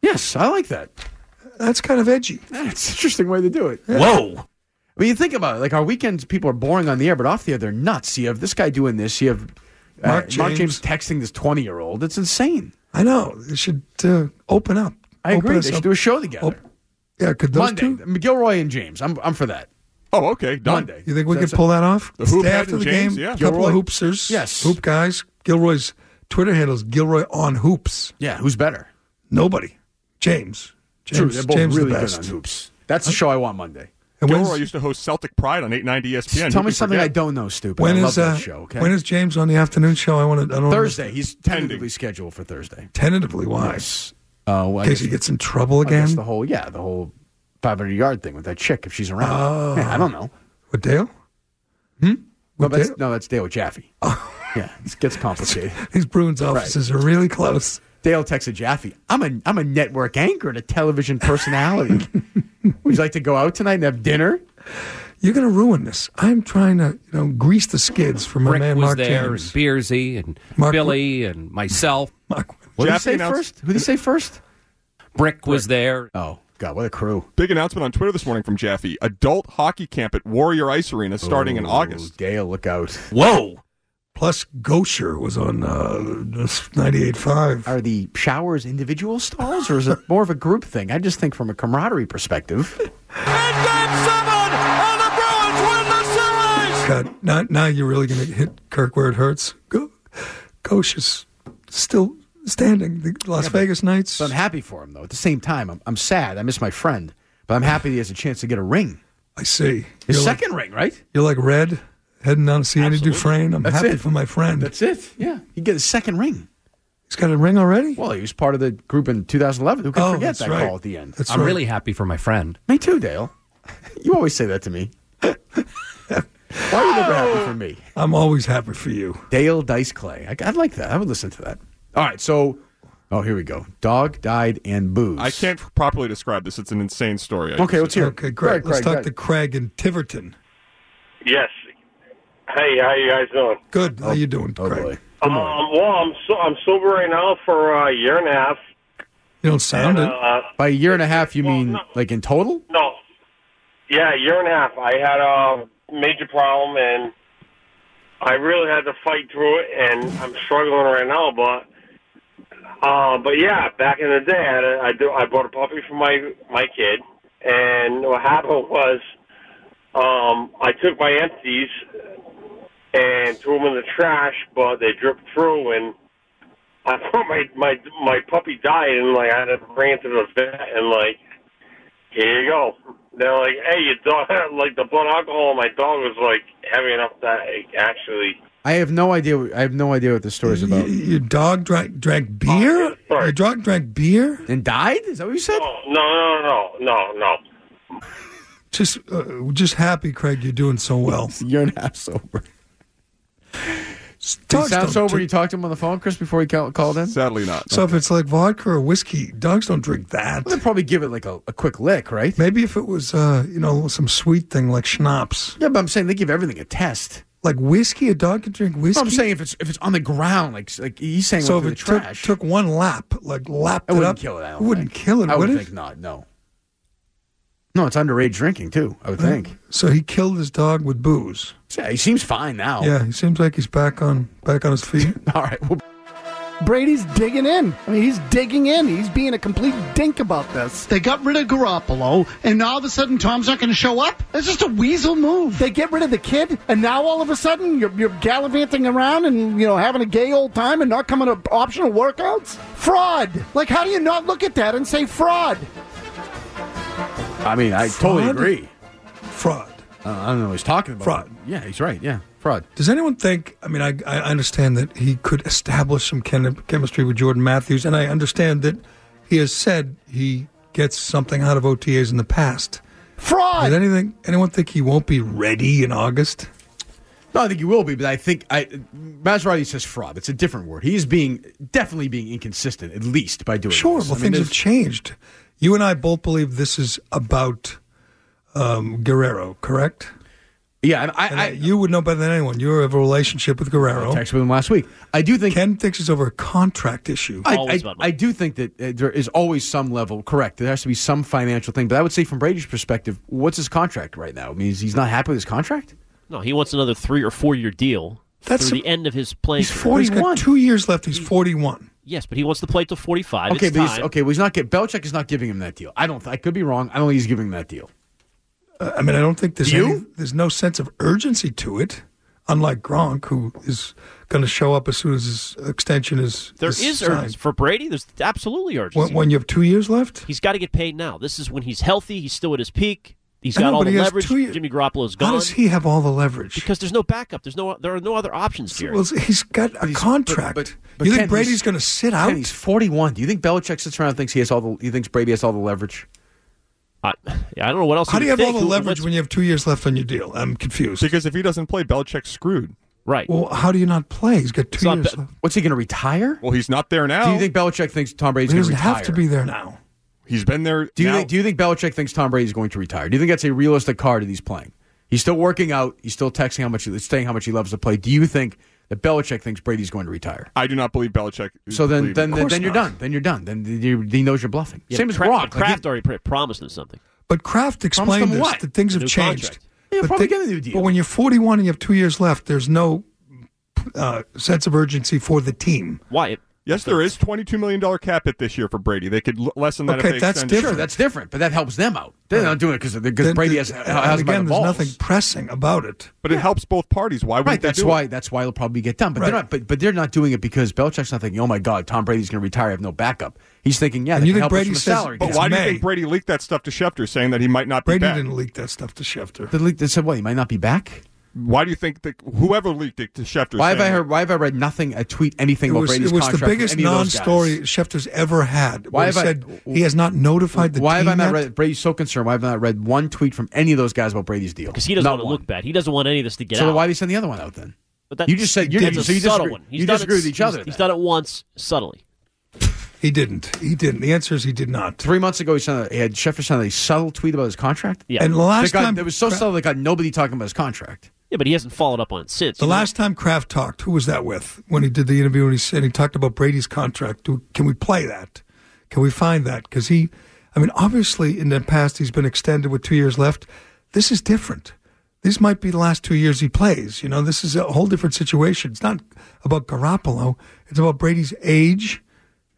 Speaker 5: Yes, I like that.
Speaker 4: That's kind of edgy.
Speaker 5: That's an interesting way to do it.
Speaker 8: Whoa.
Speaker 5: I mean, you think about it. Like our weekends, people are boring on the air, but off the air, they're nuts. You have this guy doing this. You have uh,
Speaker 4: Mark
Speaker 5: Mark
Speaker 4: James.
Speaker 5: James texting this twenty-year-old. It's insane.
Speaker 4: I know. They should uh, open up.
Speaker 5: I
Speaker 4: Open
Speaker 5: agree.
Speaker 4: us
Speaker 5: They
Speaker 4: up.
Speaker 5: should do a show together.
Speaker 4: Op- yeah, could those
Speaker 5: Monday,
Speaker 4: two?
Speaker 5: McGilroy and James. I'm I'm for that.
Speaker 6: Oh, okay. Done.
Speaker 5: Monday.
Speaker 4: You think we
Speaker 5: So
Speaker 4: could
Speaker 5: that's a-
Speaker 4: pull that off?
Speaker 6: The hoop
Speaker 4: Stay
Speaker 6: head
Speaker 4: after
Speaker 6: and
Speaker 4: the
Speaker 6: James,
Speaker 4: game,
Speaker 6: yeah.
Speaker 4: couple of
Speaker 5: Gilroy?
Speaker 4: hoopsers.
Speaker 5: Yes.
Speaker 4: Hoop guys. Gilroy's Twitter handle is Gilroy on hoops.
Speaker 5: Yeah, who's better?
Speaker 4: Nobody. James. James,
Speaker 5: True, they're both
Speaker 4: James
Speaker 5: really
Speaker 4: the
Speaker 5: good
Speaker 4: best.
Speaker 5: on hoops. That's the show I want Monday.
Speaker 4: And when's-
Speaker 6: Gilroy used to host Celtic Pride on E 890 ESPN.
Speaker 5: Tell
Speaker 6: Who
Speaker 5: me
Speaker 6: could
Speaker 5: something I
Speaker 6: forget?
Speaker 5: don't know, stupid.
Speaker 4: when
Speaker 5: I love
Speaker 4: is uh,
Speaker 5: that show. Okay,
Speaker 4: when is James on the afternoon show? I want to. I don't
Speaker 5: Thursday? He's tentatively
Speaker 6: Pending.
Speaker 5: scheduled for Thursday.
Speaker 4: tentatively why?
Speaker 5: Uh, well, I
Speaker 4: In case
Speaker 5: guess-
Speaker 4: he gets in trouble
Speaker 5: I guess
Speaker 4: again
Speaker 5: the whole yeah, the whole 500 yard thing with that chick if she's around. Yeah, I don't know.
Speaker 4: with Dale. Hmm?
Speaker 5: No,
Speaker 4: Oh. With
Speaker 5: that's,
Speaker 4: Dale? Oh.
Speaker 5: no, that's Dale Jaffe. yeah, it gets complicated.
Speaker 4: These Bruins offices are really close.
Speaker 5: Dale texted Jaffe, "I'm a I'm a network anchor and a television personality. Would you like to go out tonight and have dinner?"
Speaker 4: You're going to ruin this. I'm trying to, you know, grease the skids for my
Speaker 7: Rick
Speaker 4: man
Speaker 7: was
Speaker 4: Mark
Speaker 7: there,
Speaker 4: James.
Speaker 7: and Beersy, and
Speaker 4: Mark-
Speaker 7: Billy, and myself.
Speaker 4: Mark,
Speaker 5: What did he
Speaker 6: Jaffe
Speaker 5: say
Speaker 6: announced-
Speaker 5: first? Who did he say first?
Speaker 7: Brick was there.
Speaker 5: Oh God, what a crew!
Speaker 6: Big announcement on Twitter this morning from Jaffe.
Speaker 4: Oh,
Speaker 6: Adult hockey camp at Warrior Ice Arena starting in
Speaker 5: Ooh,
Speaker 6: August.
Speaker 5: Dale, look out!
Speaker 7: Whoa.
Speaker 4: Plus, Gosher was on uh, this 98.5.
Speaker 5: Are the showers individual stalls, or is it more of a group thing? I just think from a camaraderie perspective.
Speaker 4: God, now, now you're really going to hit Kirk where it hurts. Go, Gosher's still standing. The Las Vegas Knights.
Speaker 5: But I'm happy for him, though. At the same time, I'm, I'm sad. I miss my friend, but I'm happy that he has a chance to get a ring.
Speaker 4: I see.
Speaker 5: His
Speaker 4: You're like,
Speaker 5: second ring, right?
Speaker 4: you're like Red heading down to see Andy Dufresne. I'm
Speaker 5: That's
Speaker 4: happy
Speaker 5: it.
Speaker 4: for my friend.
Speaker 5: That's it. Yeah, he get his second ring.
Speaker 4: He's got a ring already.
Speaker 5: Well, he was part of the group in 2011. Who can
Speaker 4: Oh,
Speaker 5: forget
Speaker 4: that's
Speaker 5: that
Speaker 4: right.
Speaker 5: call at the end?
Speaker 4: That's
Speaker 7: I'm
Speaker 4: right.
Speaker 7: really happy for my friend.
Speaker 5: Me too, Dale. You always say that to me. Why are you never happy for me?
Speaker 4: I'm always happy for you.
Speaker 5: Dale Dice Clay. I, would like that. I would listen to that. All right, so oh, here we go. Dog died and booze.
Speaker 6: I can't properly describe this. It's an insane story. I
Speaker 5: Okay, let's hear. it.
Speaker 4: Okay, great.
Speaker 5: Craig,
Speaker 4: Let's
Speaker 5: Craig,
Speaker 4: talk
Speaker 5: Craig.
Speaker 4: to Craig and Tiverton.
Speaker 9: Yes. Hey, how you guys doing?
Speaker 4: Good. How you doing,
Speaker 5: Oh
Speaker 4: Craig?
Speaker 5: boy.
Speaker 9: Um, well, I'm so, I'm sober right now for uh, a year and a half.
Speaker 4: You don't sound it.
Speaker 9: Uh,
Speaker 5: By a year and a half, you
Speaker 9: Well,
Speaker 5: mean
Speaker 9: no.
Speaker 5: like in total?
Speaker 9: no, yeah, a year and a half. I had a major problem, and I really had to fight through it, and I'm struggling right now. But, uh, but yeah, back in the day, I, had a, I, do, I bought a puppy for my my kid, and what happened was, um, I took my empties and threw them in the trash, but they dripped through and. I thought my my my puppy died, and like I had to bring it to the vet, and like here you go. They're like, hey, your dog, like the blood alcohol, in my dog was like heavy enough that it actually.
Speaker 5: I have no idea. what- I have no idea what this story's
Speaker 4: Y-
Speaker 5: about. Oh,
Speaker 4: Your dog drank, drank beer?
Speaker 9: sorry.
Speaker 4: Your dog drank beer?
Speaker 5: And died? Is that what you said?
Speaker 9: Oh, no, no, no, no, no.
Speaker 4: Just uh, just happy, Craig, you're doing so well.
Speaker 5: A year and a half sober. Did he
Speaker 4: Dogs
Speaker 5: sound
Speaker 4: don't
Speaker 5: sober?
Speaker 4: drink-
Speaker 5: You talked to him on the phone, Chris, before he ca- called in.
Speaker 6: Sadly, not.
Speaker 4: So if it's like vodka or whiskey, dogs don't drink that.
Speaker 5: They'd probably give it like a, a quick lick, right?
Speaker 4: Maybe if it was, uh, you know, some sweet thing like schnapps.
Speaker 5: Yeah, but I'm saying they give everything a test.
Speaker 4: Like whiskey, a dog can drink whiskey.
Speaker 5: No, I'm saying if it's if it's on the ground, like like he's saying,
Speaker 4: so
Speaker 5: went
Speaker 4: if it
Speaker 5: through
Speaker 4: took,
Speaker 5: the trash,
Speaker 4: took one lap, like lapped
Speaker 5: I
Speaker 4: it,
Speaker 5: wouldn't
Speaker 4: up,
Speaker 5: kill it. I don't
Speaker 4: wouldn't
Speaker 5: think.
Speaker 4: kill it,
Speaker 5: I
Speaker 4: would
Speaker 5: would
Speaker 4: it?
Speaker 5: think not. No. No, it's underage drinking too. I would think.
Speaker 4: So he killed his dog with booze.
Speaker 5: Yeah, he seems fine now.
Speaker 4: Yeah, he seems like he's back on back on his feet.
Speaker 5: All right. Well,
Speaker 10: Brady's digging in. I mean, he's digging in. He's being a complete dink about this. They got rid of Garoppolo, and all of a sudden Tom's not going to show up? That's just a weasel move. They get rid of the kid, and now all of a sudden you're, you're gallivanting around and, you know, having a gay old time and not coming to optional workouts? Fraud. Like, how do you not look at that and say fraud?
Speaker 5: I mean, I totally
Speaker 4: Fraud?
Speaker 5: agree.
Speaker 4: Fraud.
Speaker 5: Uh, I don't know what he's talking about.
Speaker 4: Fraud.
Speaker 5: Yeah, he's right. Yeah, fraud.
Speaker 4: Does anyone think? I mean, I, I understand that he could establish some chem- chemistry with Jordan Matthews, and I understand that he has said he gets something out of OTAs in the past. Does
Speaker 10: Fraud.
Speaker 4: anything, anyone think he won't be ready in August?
Speaker 5: No, I think he will be, but I think I Maserati says fraud. It's a different word. He is being definitely being inconsistent, at least by doing.
Speaker 4: Sure.
Speaker 5: this.
Speaker 4: Well,
Speaker 5: I mean,
Speaker 4: things have
Speaker 5: there's-
Speaker 4: changed. You and I both believe this is about um, Guerrero, correct?
Speaker 5: Yeah, I,
Speaker 4: And
Speaker 5: I,
Speaker 4: I, you would know better than anyone. You have a relationship with
Speaker 5: I
Speaker 4: Guerrero.
Speaker 5: texted with him last week. I do think
Speaker 4: Ken thinks it's over a contract issue.
Speaker 5: I,
Speaker 8: Always
Speaker 5: I,
Speaker 8: about money.
Speaker 5: I do think that uh, there is always some level correct. There has to be some financial thing, but I would say from Brady's perspective, what's his contract right now? I mean, is he's not happy with his contract.
Speaker 8: No, he wants another three or four year deal
Speaker 4: That's-
Speaker 8: through the end of his playing.
Speaker 4: he's
Speaker 8: career.
Speaker 4: 40, he's got
Speaker 5: 41.
Speaker 4: two years left. He's 41.
Speaker 8: Yes, but he wants to play till forty five.
Speaker 5: okay,
Speaker 8: it's
Speaker 5: but he's,
Speaker 8: time.
Speaker 5: okay, well, he's not get Belichick is not giving him that deal. I don't. I could be wrong. I don't think he's giving him that deal.
Speaker 4: I mean, I don't think there's
Speaker 5: Do
Speaker 4: any,
Speaker 5: you?
Speaker 4: there's no sense of urgency to it, unlike Gronk, who is going to show up as soon as his extension is.
Speaker 8: There
Speaker 4: is
Speaker 8: is
Speaker 4: signed.
Speaker 8: urgency for Brady. There's absolutely urgency.
Speaker 4: When, when you have two years left,
Speaker 8: he's got to get paid now. This is when he's healthy. He's still at his peak. He's
Speaker 4: I
Speaker 8: got
Speaker 4: know,
Speaker 8: all
Speaker 4: but
Speaker 8: the
Speaker 4: he has
Speaker 8: leverage.
Speaker 4: two years.
Speaker 8: Jimmy Garoppolo's
Speaker 4: how
Speaker 8: gone.
Speaker 4: does he have all the leverage?
Speaker 8: because there's no backup. There's no. There are no other options here.
Speaker 4: well, he's got a
Speaker 5: he's- but-
Speaker 4: contract.
Speaker 5: but- but
Speaker 4: you think
Speaker 5: Ken,
Speaker 4: Brady's
Speaker 5: he's-
Speaker 4: going to sit out?
Speaker 5: Ken, he's forty-one. Do you think Belichick sits around and thinks he has all the? He thinks Brady has all the leverage?
Speaker 8: I, yeah, I don't know what else.
Speaker 4: how do you have all the leverage
Speaker 8: What's,
Speaker 4: when you have two years left on your deal? I'm confused.
Speaker 6: Because if he doesn't play, Belichick's screwed.
Speaker 8: right?
Speaker 4: Well, how do you not play? He's got two
Speaker 8: It's not
Speaker 4: years
Speaker 8: be-
Speaker 4: left.
Speaker 5: What's he going to retire?
Speaker 6: Well, he's not there now.
Speaker 5: Do you think Belichick thinks Tom Brady's
Speaker 4: He
Speaker 5: going to
Speaker 4: doesn't
Speaker 5: retire?
Speaker 4: have to be there now.
Speaker 6: he's been there?
Speaker 5: Do you
Speaker 6: now.
Speaker 5: think, do you think Belichick thinks Tom Brady's going to retire? Do you think that's a realistic card that he's playing? He's still working out. He's still texting how much he's saying how much he loves to play. Do you think that Belichick thinks Brady's going to retire?
Speaker 6: I do not believe Belichick. is
Speaker 5: So then,
Speaker 6: leaving.
Speaker 5: then, then,
Speaker 4: course
Speaker 5: then you're
Speaker 4: not.
Speaker 5: done. Then you're done. Then you- he knows you're bluffing.
Speaker 8: Yeah,
Speaker 5: Same
Speaker 8: but
Speaker 5: as
Speaker 8: Kraft,
Speaker 5: Gronk.
Speaker 8: but Kraft
Speaker 5: like
Speaker 8: already pr- promised him something.
Speaker 4: But Kraft explained
Speaker 5: him
Speaker 4: this
Speaker 5: what?
Speaker 4: that things
Speaker 8: A
Speaker 4: have
Speaker 8: new
Speaker 4: changed.
Speaker 8: contract.
Speaker 5: Yeah,
Speaker 4: But
Speaker 5: probably
Speaker 4: thi-
Speaker 5: get a new deal.
Speaker 4: But when you're 41 and you have two years left, there's no uh, sense of urgency for the team.
Speaker 8: Wyatt.
Speaker 6: Yes, there is $22 million cap hit this year for Brady. They could l- lessen that
Speaker 4: Okay,
Speaker 6: if they
Speaker 4: that's
Speaker 6: extend
Speaker 4: different.
Speaker 6: Sure,
Speaker 5: that's different, but that helps them out. They're not doing it because
Speaker 4: Then- uh,
Speaker 5: Brady has,
Speaker 4: and
Speaker 5: has
Speaker 4: again, there's
Speaker 5: the balls.
Speaker 4: nothing pressing about it.
Speaker 6: But it helps both parties. Why
Speaker 5: Right,
Speaker 6: wouldn't they
Speaker 5: that's
Speaker 6: do
Speaker 5: why.
Speaker 6: it?
Speaker 5: That's why it'll probably get done. But they're not. But, but they're not doing it because Belichick's not thinking, "Oh my God, Tom Brady's going to retire. I have no backup." He's thinking, "Yeah,
Speaker 4: And
Speaker 5: they
Speaker 4: you
Speaker 5: can
Speaker 4: think
Speaker 5: help us
Speaker 4: Brady
Speaker 5: from a
Speaker 4: says-
Speaker 5: salary."
Speaker 6: But
Speaker 5: cap.
Speaker 6: why do you think Brady leaked that stuff to Schefter, saying that he might not be
Speaker 4: Brady
Speaker 6: back?
Speaker 4: didn't leak that stuff to Schefter.
Speaker 5: the leak that said what he might not be back?
Speaker 6: Why do you think that whoever leaked it to Schefter?
Speaker 5: Why have I
Speaker 6: saying-
Speaker 5: heard? Why have I read nothing? A tweet? Anything
Speaker 4: It
Speaker 5: about
Speaker 4: was,
Speaker 5: Brady's
Speaker 4: it was the
Speaker 5: contract? with
Speaker 4: biggest
Speaker 5: any of those guys?
Speaker 4: non-story Schefter's ever had.
Speaker 5: Why
Speaker 4: Why he
Speaker 5: have I-
Speaker 4: said he has not notified the
Speaker 5: Why
Speaker 4: team
Speaker 5: have I not
Speaker 4: yet?
Speaker 5: read? Brady's so concerned. Why have I not read one tweet from any of those guys about Brady's deal?
Speaker 8: Because he doesn't
Speaker 5: Not
Speaker 8: want to
Speaker 5: one.
Speaker 8: look bad. He doesn't want any of this to get
Speaker 5: So
Speaker 8: out.
Speaker 5: then why did he send the other one out then?
Speaker 8: But that's,
Speaker 5: you just said you,
Speaker 8: that's
Speaker 5: you,
Speaker 8: a
Speaker 5: so you
Speaker 8: subtle
Speaker 5: disagree,
Speaker 8: one. He's
Speaker 5: you
Speaker 8: done
Speaker 5: disagree
Speaker 8: it,
Speaker 5: with each other.
Speaker 8: He's,
Speaker 5: then.
Speaker 8: he's done it once subtly.
Speaker 4: He didn't. He didn't. The answer is he did not.
Speaker 5: Three months ago, he, sent a, he had Schefter sent a subtle tweet about his contract.
Speaker 8: Yeah.
Speaker 4: And the last
Speaker 5: that got,
Speaker 4: time
Speaker 5: that was so subtle that got nobody talking about his contract.
Speaker 8: Yeah, but he hasn't followed up on it since.
Speaker 4: The
Speaker 8: You know,
Speaker 4: last time Kraft talked, who was that with? When he did the interview and he said he talked about Brady's contract. Do, can we play that? Can we find that? Because he, I mean, obviously in the past he's been extended with two years left. This is different. These might be the last two years he plays. You know, this is a whole different situation. It's not about Garoppolo. It's about Brady's age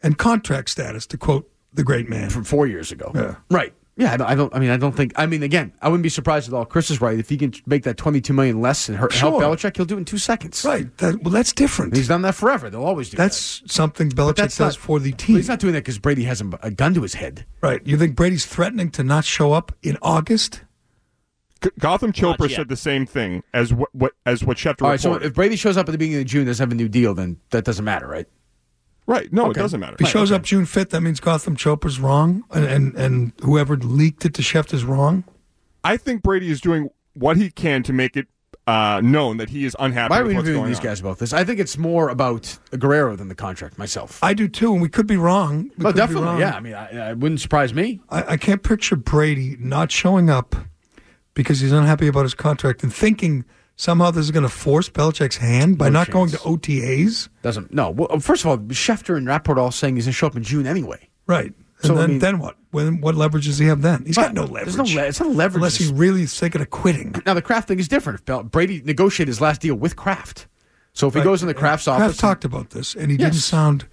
Speaker 4: and contract status, to quote the great man.
Speaker 5: from four years ago.
Speaker 4: Yeah.
Speaker 5: Right. Yeah, I don't, I don't. I mean, I don't think. I mean, again, I wouldn't be surprised at all. Chris is right. If he can make that twenty-two million less and hurt, help
Speaker 4: Sure.
Speaker 5: Belichick, he'll do it in two seconds.
Speaker 4: Right. That, well, that's different.
Speaker 5: And he's done that forever. They'll always do that.
Speaker 4: that's something Belichick
Speaker 5: that's
Speaker 4: does
Speaker 5: not-
Speaker 4: for the
Speaker 5: But
Speaker 4: team.
Speaker 5: he's not doing that because Brady has a, a gun to his head.
Speaker 4: Right. You think Brady's threatening to not show up in August?
Speaker 6: G- Gotham Chopra
Speaker 8: yet.
Speaker 6: said the same thing as what, what as what Schefter
Speaker 5: All right. So
Speaker 6: reported.
Speaker 5: if Brady shows up at the beginning of June, doesn't have a new deal, then that doesn't matter, right?
Speaker 6: right? No,
Speaker 5: Okay.
Speaker 6: it doesn't matter.
Speaker 4: If he shows up June 5th, that means Gotham Chopra's wrong, and, and, and whoever leaked it to Schefter's wrong.
Speaker 6: I think Brady is doing what he can to make it uh, known that he is unhappy.
Speaker 5: Why are
Speaker 6: with
Speaker 5: we
Speaker 6: what's
Speaker 5: interviewing
Speaker 6: going
Speaker 5: these
Speaker 6: on.
Speaker 5: guys about this? I think it's more about Guerrero than the contract myself.
Speaker 4: I do too, and we could be wrong. We
Speaker 5: no,
Speaker 4: could be
Speaker 5: definitely.
Speaker 4: wrong.
Speaker 5: Yeah. I mean, I, I wouldn't surprise me.
Speaker 4: I, I can't picture Brady not showing up because he's unhappy about his contract and thinking somehow this is going to force Belichick's hand by
Speaker 5: No
Speaker 4: not going to
Speaker 5: chance.
Speaker 4: OTAs.
Speaker 5: Doesn't. No. Well, first of all, Schefter and Rapport all saying he's going to show up in June anyway.
Speaker 4: Right. And
Speaker 5: So, I
Speaker 4: then,
Speaker 5: mean-
Speaker 4: then what? When, what leverage does he have then? He's got no
Speaker 5: Right.
Speaker 4: leverage.
Speaker 5: There's no le- it's not leverage.
Speaker 4: Unless he really is thinking of quitting.
Speaker 5: Now the Kraft thing is different. Bel- Brady negotiated his last deal with Kraft, so if he goes in the Kraft's
Speaker 4: Kraft
Speaker 5: office,
Speaker 4: talked about this, and he didn't
Speaker 5: Yes.
Speaker 4: sound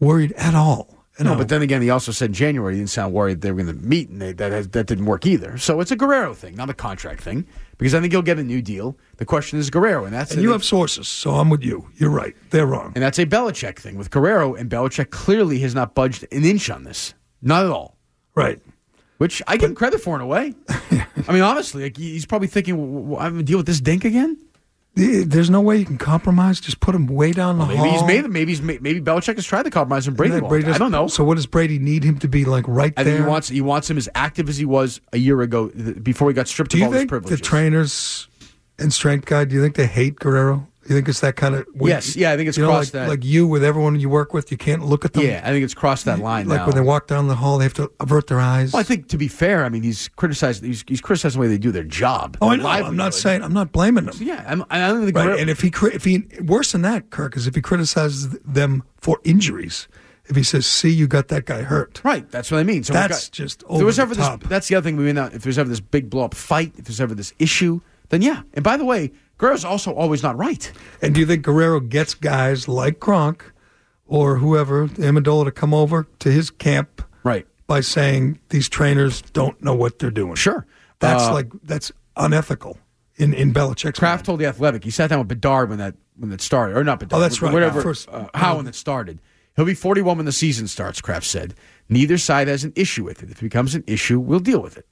Speaker 4: worried at all. And
Speaker 5: no, but then again, he also said in January he didn't sound worried they were going to meet, and they, that that didn't work either. So it's a Guerrero thing, not a contract thing, because I think he'll get a new deal. The question is Guerrero, and that's
Speaker 4: And you have sources, so I'm with you. You're right. They're wrong.
Speaker 5: and that's a Belichick thing with Guerrero, and Belichick clearly has not budged an inch on this, not at all.
Speaker 4: Right.
Speaker 5: Which I give him credit for in a way. I mean, honestly, like, he's probably thinking, "W- w- "I'm going to deal with this dink again."
Speaker 4: Th- There's no way you can compromise. Just put him way down the
Speaker 5: Maybe
Speaker 4: hall.
Speaker 5: he's made. Maybe he's ma- maybe Belichick has tried to compromise and Brady.
Speaker 4: And then
Speaker 5: won't. I
Speaker 4: doesn't-
Speaker 5: don't know.
Speaker 4: So what does Brady need him to be like right
Speaker 5: I
Speaker 4: there?
Speaker 5: think he wants he wants him as active as he was a year ago th- before he got stripped
Speaker 4: do
Speaker 5: of
Speaker 4: you
Speaker 5: all his
Speaker 4: think the
Speaker 5: privileges.
Speaker 4: trainers and strength guy? Do you think they hate Guerrero? You think it's that kind of? we-
Speaker 5: Yes. Yeah, I think it's
Speaker 4: you know,
Speaker 5: crossed
Speaker 4: like,
Speaker 5: that-
Speaker 4: like you with everyone you work with. You can't look at them.
Speaker 5: yeah, I think it's crossed that line
Speaker 4: Like
Speaker 5: now.
Speaker 4: when they walk down the hall, they have to avert their eyes.
Speaker 5: well, I think to be fair, I mean he's criticized. He's, he's criticizing the way they do their job.
Speaker 4: Oh, I
Speaker 5: their
Speaker 4: know. I'm not
Speaker 5: livelihood.
Speaker 4: saying I'm not blaming them.
Speaker 5: Yeah, I'm, I don't think.
Speaker 4: Right,
Speaker 5: Guerrero-
Speaker 4: and if he cri- if he worse than that, Kirk is if he criticizes them for injuries. If he says, "See, you got that guy hurt,"
Speaker 5: Right, that's what I mean. So we've
Speaker 4: That's just
Speaker 5: if there was
Speaker 4: over
Speaker 5: ever
Speaker 4: the
Speaker 5: this-
Speaker 4: top.
Speaker 5: that's the other thing we may not. If there's ever this big blow up fight, if there's ever this issue, then yeah. And by the way, Guerrero's also always not right.
Speaker 4: and do you think Guerrero gets guys like Gronk or whoever Amendola to come over to his camp
Speaker 5: Right.
Speaker 4: by saying these trainers don't know what they're doing?
Speaker 5: Sure.
Speaker 4: that's
Speaker 5: Uh,
Speaker 4: like that's unethical in in Belichick's
Speaker 5: Kraft
Speaker 4: mind.
Speaker 5: told the Athletic he sat down with Bedard when that when that started, or not Bedard.
Speaker 4: Oh, that's right.
Speaker 5: Whatever,
Speaker 4: First-
Speaker 5: uh, how when it started. He'll be 41 when the season starts. Kraft said. Neither side has an issue with it. If it becomes an issue, we'll deal with it.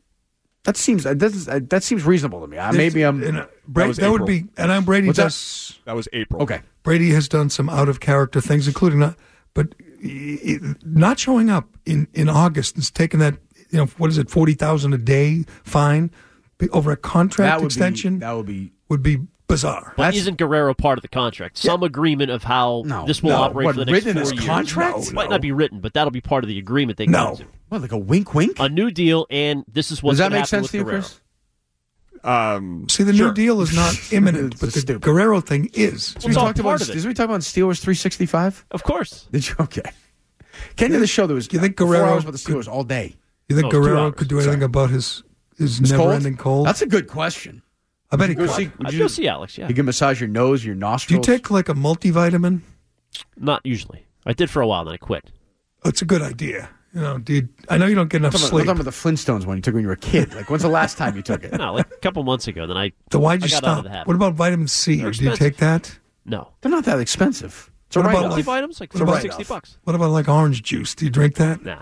Speaker 5: That seems that doesn't- uh, that seems reasonable to me. I, maybe I'm
Speaker 4: And, uh, Bra-
Speaker 6: was
Speaker 4: that, would
Speaker 6: April.
Speaker 4: be, and I'm Brady
Speaker 5: What's that?
Speaker 4: does.
Speaker 6: That was April.
Speaker 5: okay.
Speaker 4: Brady has done some out of character things, including not, but i- i- not showing up in in August and taking that you know what is it forty thousand a day fine be- over a contract
Speaker 5: That would
Speaker 4: extension
Speaker 5: Be, that would be
Speaker 4: would be bizarre.
Speaker 8: But
Speaker 5: That's-
Speaker 8: isn't Guerrero part of the contract? Some agreement of how
Speaker 5: No,
Speaker 8: this will
Speaker 5: no.
Speaker 8: operate
Speaker 5: What,
Speaker 8: for the next
Speaker 5: written in
Speaker 8: four
Speaker 5: his
Speaker 8: years.
Speaker 5: contract?
Speaker 8: It might not be written, but that'll be part of the agreement they
Speaker 4: No.
Speaker 8: come
Speaker 5: what like a wink wink.
Speaker 8: to. A new deal, and this is what's
Speaker 5: Does that
Speaker 8: gonna
Speaker 5: make
Speaker 8: happen
Speaker 5: sense
Speaker 8: with
Speaker 5: to you,
Speaker 8: Guerrero.
Speaker 5: Chris?
Speaker 6: Um,
Speaker 4: See, the
Speaker 6: sure.
Speaker 4: New Deal is not imminent,
Speaker 5: It's
Speaker 4: but the
Speaker 5: stupid.
Speaker 4: Guerrero thing is.
Speaker 8: Well, it's all
Speaker 5: talked
Speaker 8: part
Speaker 5: about,
Speaker 8: of it.
Speaker 5: Did we talk about Steelers 365?
Speaker 8: Of course.
Speaker 5: Did you? Okay. Came to the show. There was
Speaker 4: You think
Speaker 5: four
Speaker 4: Guerrero
Speaker 5: hours about the Steelers all day.
Speaker 4: You think
Speaker 8: No, it's two
Speaker 4: Guerrero
Speaker 8: hours.
Speaker 4: could do anything about his his
Speaker 5: It's
Speaker 4: never ending cold?
Speaker 5: That's a good question.
Speaker 4: I bet he
Speaker 5: Go
Speaker 4: could.
Speaker 5: see-
Speaker 4: I'd
Speaker 5: you-
Speaker 4: go see Alex, yeah.
Speaker 5: You can massage your nose, your
Speaker 4: Do you
Speaker 5: nostrils.
Speaker 4: take like a multivitamin?
Speaker 8: Not usually. I did for a while, then I quit.
Speaker 4: It's a good idea. You know, dude. I know you don't get enough
Speaker 5: I'm talking
Speaker 4: sleep.
Speaker 5: about- I'm talking about the Flintstones one you took when you were a kid. Like, when's the last time you took it?
Speaker 8: No, like a couple months ago. Then I.
Speaker 4: So why'd
Speaker 8: I
Speaker 4: you
Speaker 8: got Out of
Speaker 4: stop?
Speaker 8: the habit.
Speaker 4: What about vitamin C?
Speaker 8: They're
Speaker 4: Do you
Speaker 8: expensive.
Speaker 4: take that?
Speaker 8: No.
Speaker 5: They're not that expensive. It's
Speaker 4: What
Speaker 5: a
Speaker 4: about like-
Speaker 5: write-off.
Speaker 8: Multivitamins, like
Speaker 4: what about-
Speaker 8: 60 bucks.
Speaker 4: What about like orange juice? Do you drink that?
Speaker 8: Nah.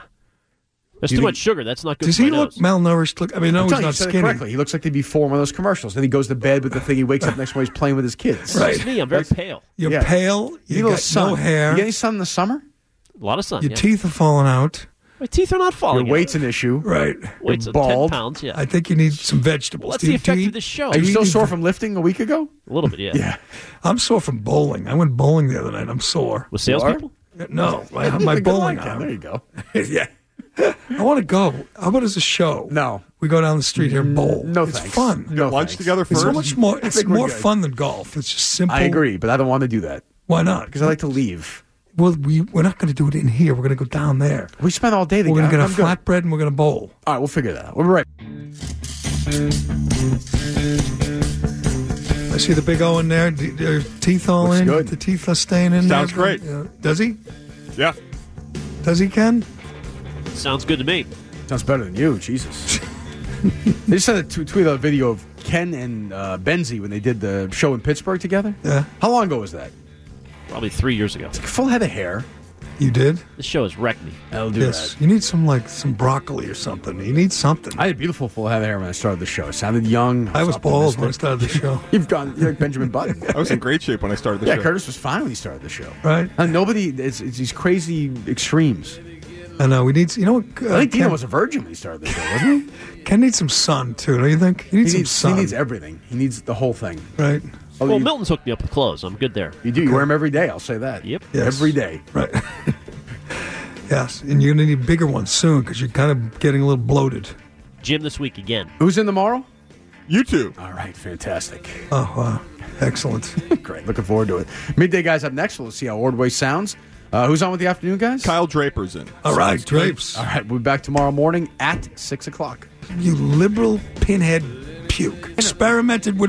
Speaker 8: There's
Speaker 5: You
Speaker 8: too
Speaker 5: think-
Speaker 8: much sugar. That's not good
Speaker 4: Does
Speaker 8: for
Speaker 4: he
Speaker 8: my
Speaker 4: look
Speaker 8: nose.
Speaker 4: malnourished? Look, I mean, I know
Speaker 5: I'm
Speaker 4: he's
Speaker 5: telling you,
Speaker 4: not
Speaker 5: you said it
Speaker 4: skinny.
Speaker 5: correctly. He looks like they'd be four in one of those commercials. Then he goes to bed with the thing. He wakes up next morning. He's playing with his kids.
Speaker 4: Right.
Speaker 8: It's me. I'm very pale.
Speaker 4: You're
Speaker 5: Yeah.
Speaker 4: pale.
Speaker 5: You
Speaker 4: You
Speaker 5: need a little
Speaker 4: got
Speaker 5: sun.
Speaker 4: no hair.
Speaker 5: You get any sun in the summer?
Speaker 8: A lot of sun.
Speaker 4: Your
Speaker 8: yeah.
Speaker 4: teeth are falling out.
Speaker 8: My teeth are not falling.
Speaker 5: Your weight's an issue.
Speaker 4: Right.
Speaker 8: Out. Weight's
Speaker 5: you're
Speaker 8: ten
Speaker 5: bald.
Speaker 8: pounds. Yeah.
Speaker 4: I think you need some vegetables.
Speaker 8: What's
Speaker 4: Do
Speaker 8: the
Speaker 4: you-
Speaker 8: effect
Speaker 4: do Oh, you-
Speaker 8: of this show?
Speaker 5: Are you
Speaker 4: Do
Speaker 5: still
Speaker 4: need
Speaker 5: sore
Speaker 4: to-
Speaker 5: from lifting a week ago?
Speaker 8: A little bit. Yeah.
Speaker 4: I'm sore from bowling. I went bowling the other night. I'm sore.
Speaker 8: With salespeople.
Speaker 4: No, my, my
Speaker 5: Good
Speaker 4: bowling
Speaker 5: luck, Dan.
Speaker 4: arm.
Speaker 5: There you go.
Speaker 4: yeah. I want to go. How about as a show?
Speaker 5: No.
Speaker 4: We go down the street here and bowl.
Speaker 5: No
Speaker 4: it's
Speaker 5: thanks.
Speaker 4: fun.
Speaker 5: No
Speaker 6: Lunch
Speaker 5: thanks.
Speaker 6: together
Speaker 4: It's
Speaker 6: first.
Speaker 4: so much more. It's
Speaker 5: think we're
Speaker 4: more
Speaker 5: good.
Speaker 4: fun than golf. It's just simple.
Speaker 5: I agree, but I don't want to do that
Speaker 4: Why not?
Speaker 5: because I like to leave.
Speaker 4: well, we we're not going to do it in here. We're going to go down there.
Speaker 5: We spent all day
Speaker 4: We're
Speaker 5: together.
Speaker 4: going to get a
Speaker 5: I'm good.
Speaker 4: flatbread and we're going to bowl.
Speaker 5: All right, we'll figure that out. We'll be right.
Speaker 4: I see the big O in there. D- Your teeth all
Speaker 5: Looks
Speaker 4: in.
Speaker 5: good.
Speaker 4: The teeth are staying in
Speaker 6: Sounds
Speaker 4: there.
Speaker 6: great.
Speaker 4: Yeah. Does he?
Speaker 6: Yeah.
Speaker 4: Does he, Ken?
Speaker 8: Sounds good to me.
Speaker 5: Sounds better than you, Jesus. they just sent a t- tweet out a video of Ken and uh, Benzie when they did the show in Pittsburgh together.
Speaker 4: Yeah.
Speaker 5: How long ago was that?
Speaker 8: Probably three years ago.
Speaker 5: Full head of hair.
Speaker 4: You did?
Speaker 8: This show has wrecked me.
Speaker 5: I'll do
Speaker 4: yes. You need some like some broccoli or something. You need something.
Speaker 5: I had a beautiful full head of hair when I started the show. I sounded young.
Speaker 4: I was bald
Speaker 5: optimistic.
Speaker 4: when I started the show.
Speaker 5: You've gone you're like Benjamin Button.
Speaker 6: I was in great shape when I started the
Speaker 5: yeah,
Speaker 6: show.
Speaker 5: Curtis was fine when he started the show.
Speaker 4: Right.
Speaker 5: And nobody, it's, it's these crazy extremes.
Speaker 4: I know. We need. You know what? Uh,
Speaker 5: I think Dino
Speaker 4: Ken-
Speaker 5: was a virgin when he started the show, wasn't he?
Speaker 4: Ken needs some sun too. Don't you think? He needs some
Speaker 5: he, needs, he
Speaker 4: sun.
Speaker 5: needs everything. He needs the whole thing.
Speaker 4: right.
Speaker 5: Although
Speaker 8: Well,
Speaker 5: Oh, you,
Speaker 8: Milton's hooked me up with clothes. I'm good there.
Speaker 5: you do. You wear him every day. I'll say that.
Speaker 8: Yep.
Speaker 4: Yes.
Speaker 5: Every day.
Speaker 4: Right. yes, and you're gonna need bigger ones soon because you're kind of getting a little bloated.
Speaker 8: Gym this week again.
Speaker 5: Who's in tomorrow?
Speaker 6: You too.
Speaker 5: All right. Fantastic.
Speaker 4: Oh wow, excellent.
Speaker 5: Great. Looking forward to it. Midday guys up next. We'll see how Ordway sounds. Uh, who's on with the afternoon guys?
Speaker 6: Kyle Draper's in.
Speaker 4: All right, drapes.
Speaker 5: All right. We'll be back tomorrow morning at six o'clock.
Speaker 4: You liberal pinhead puke. Experimented with.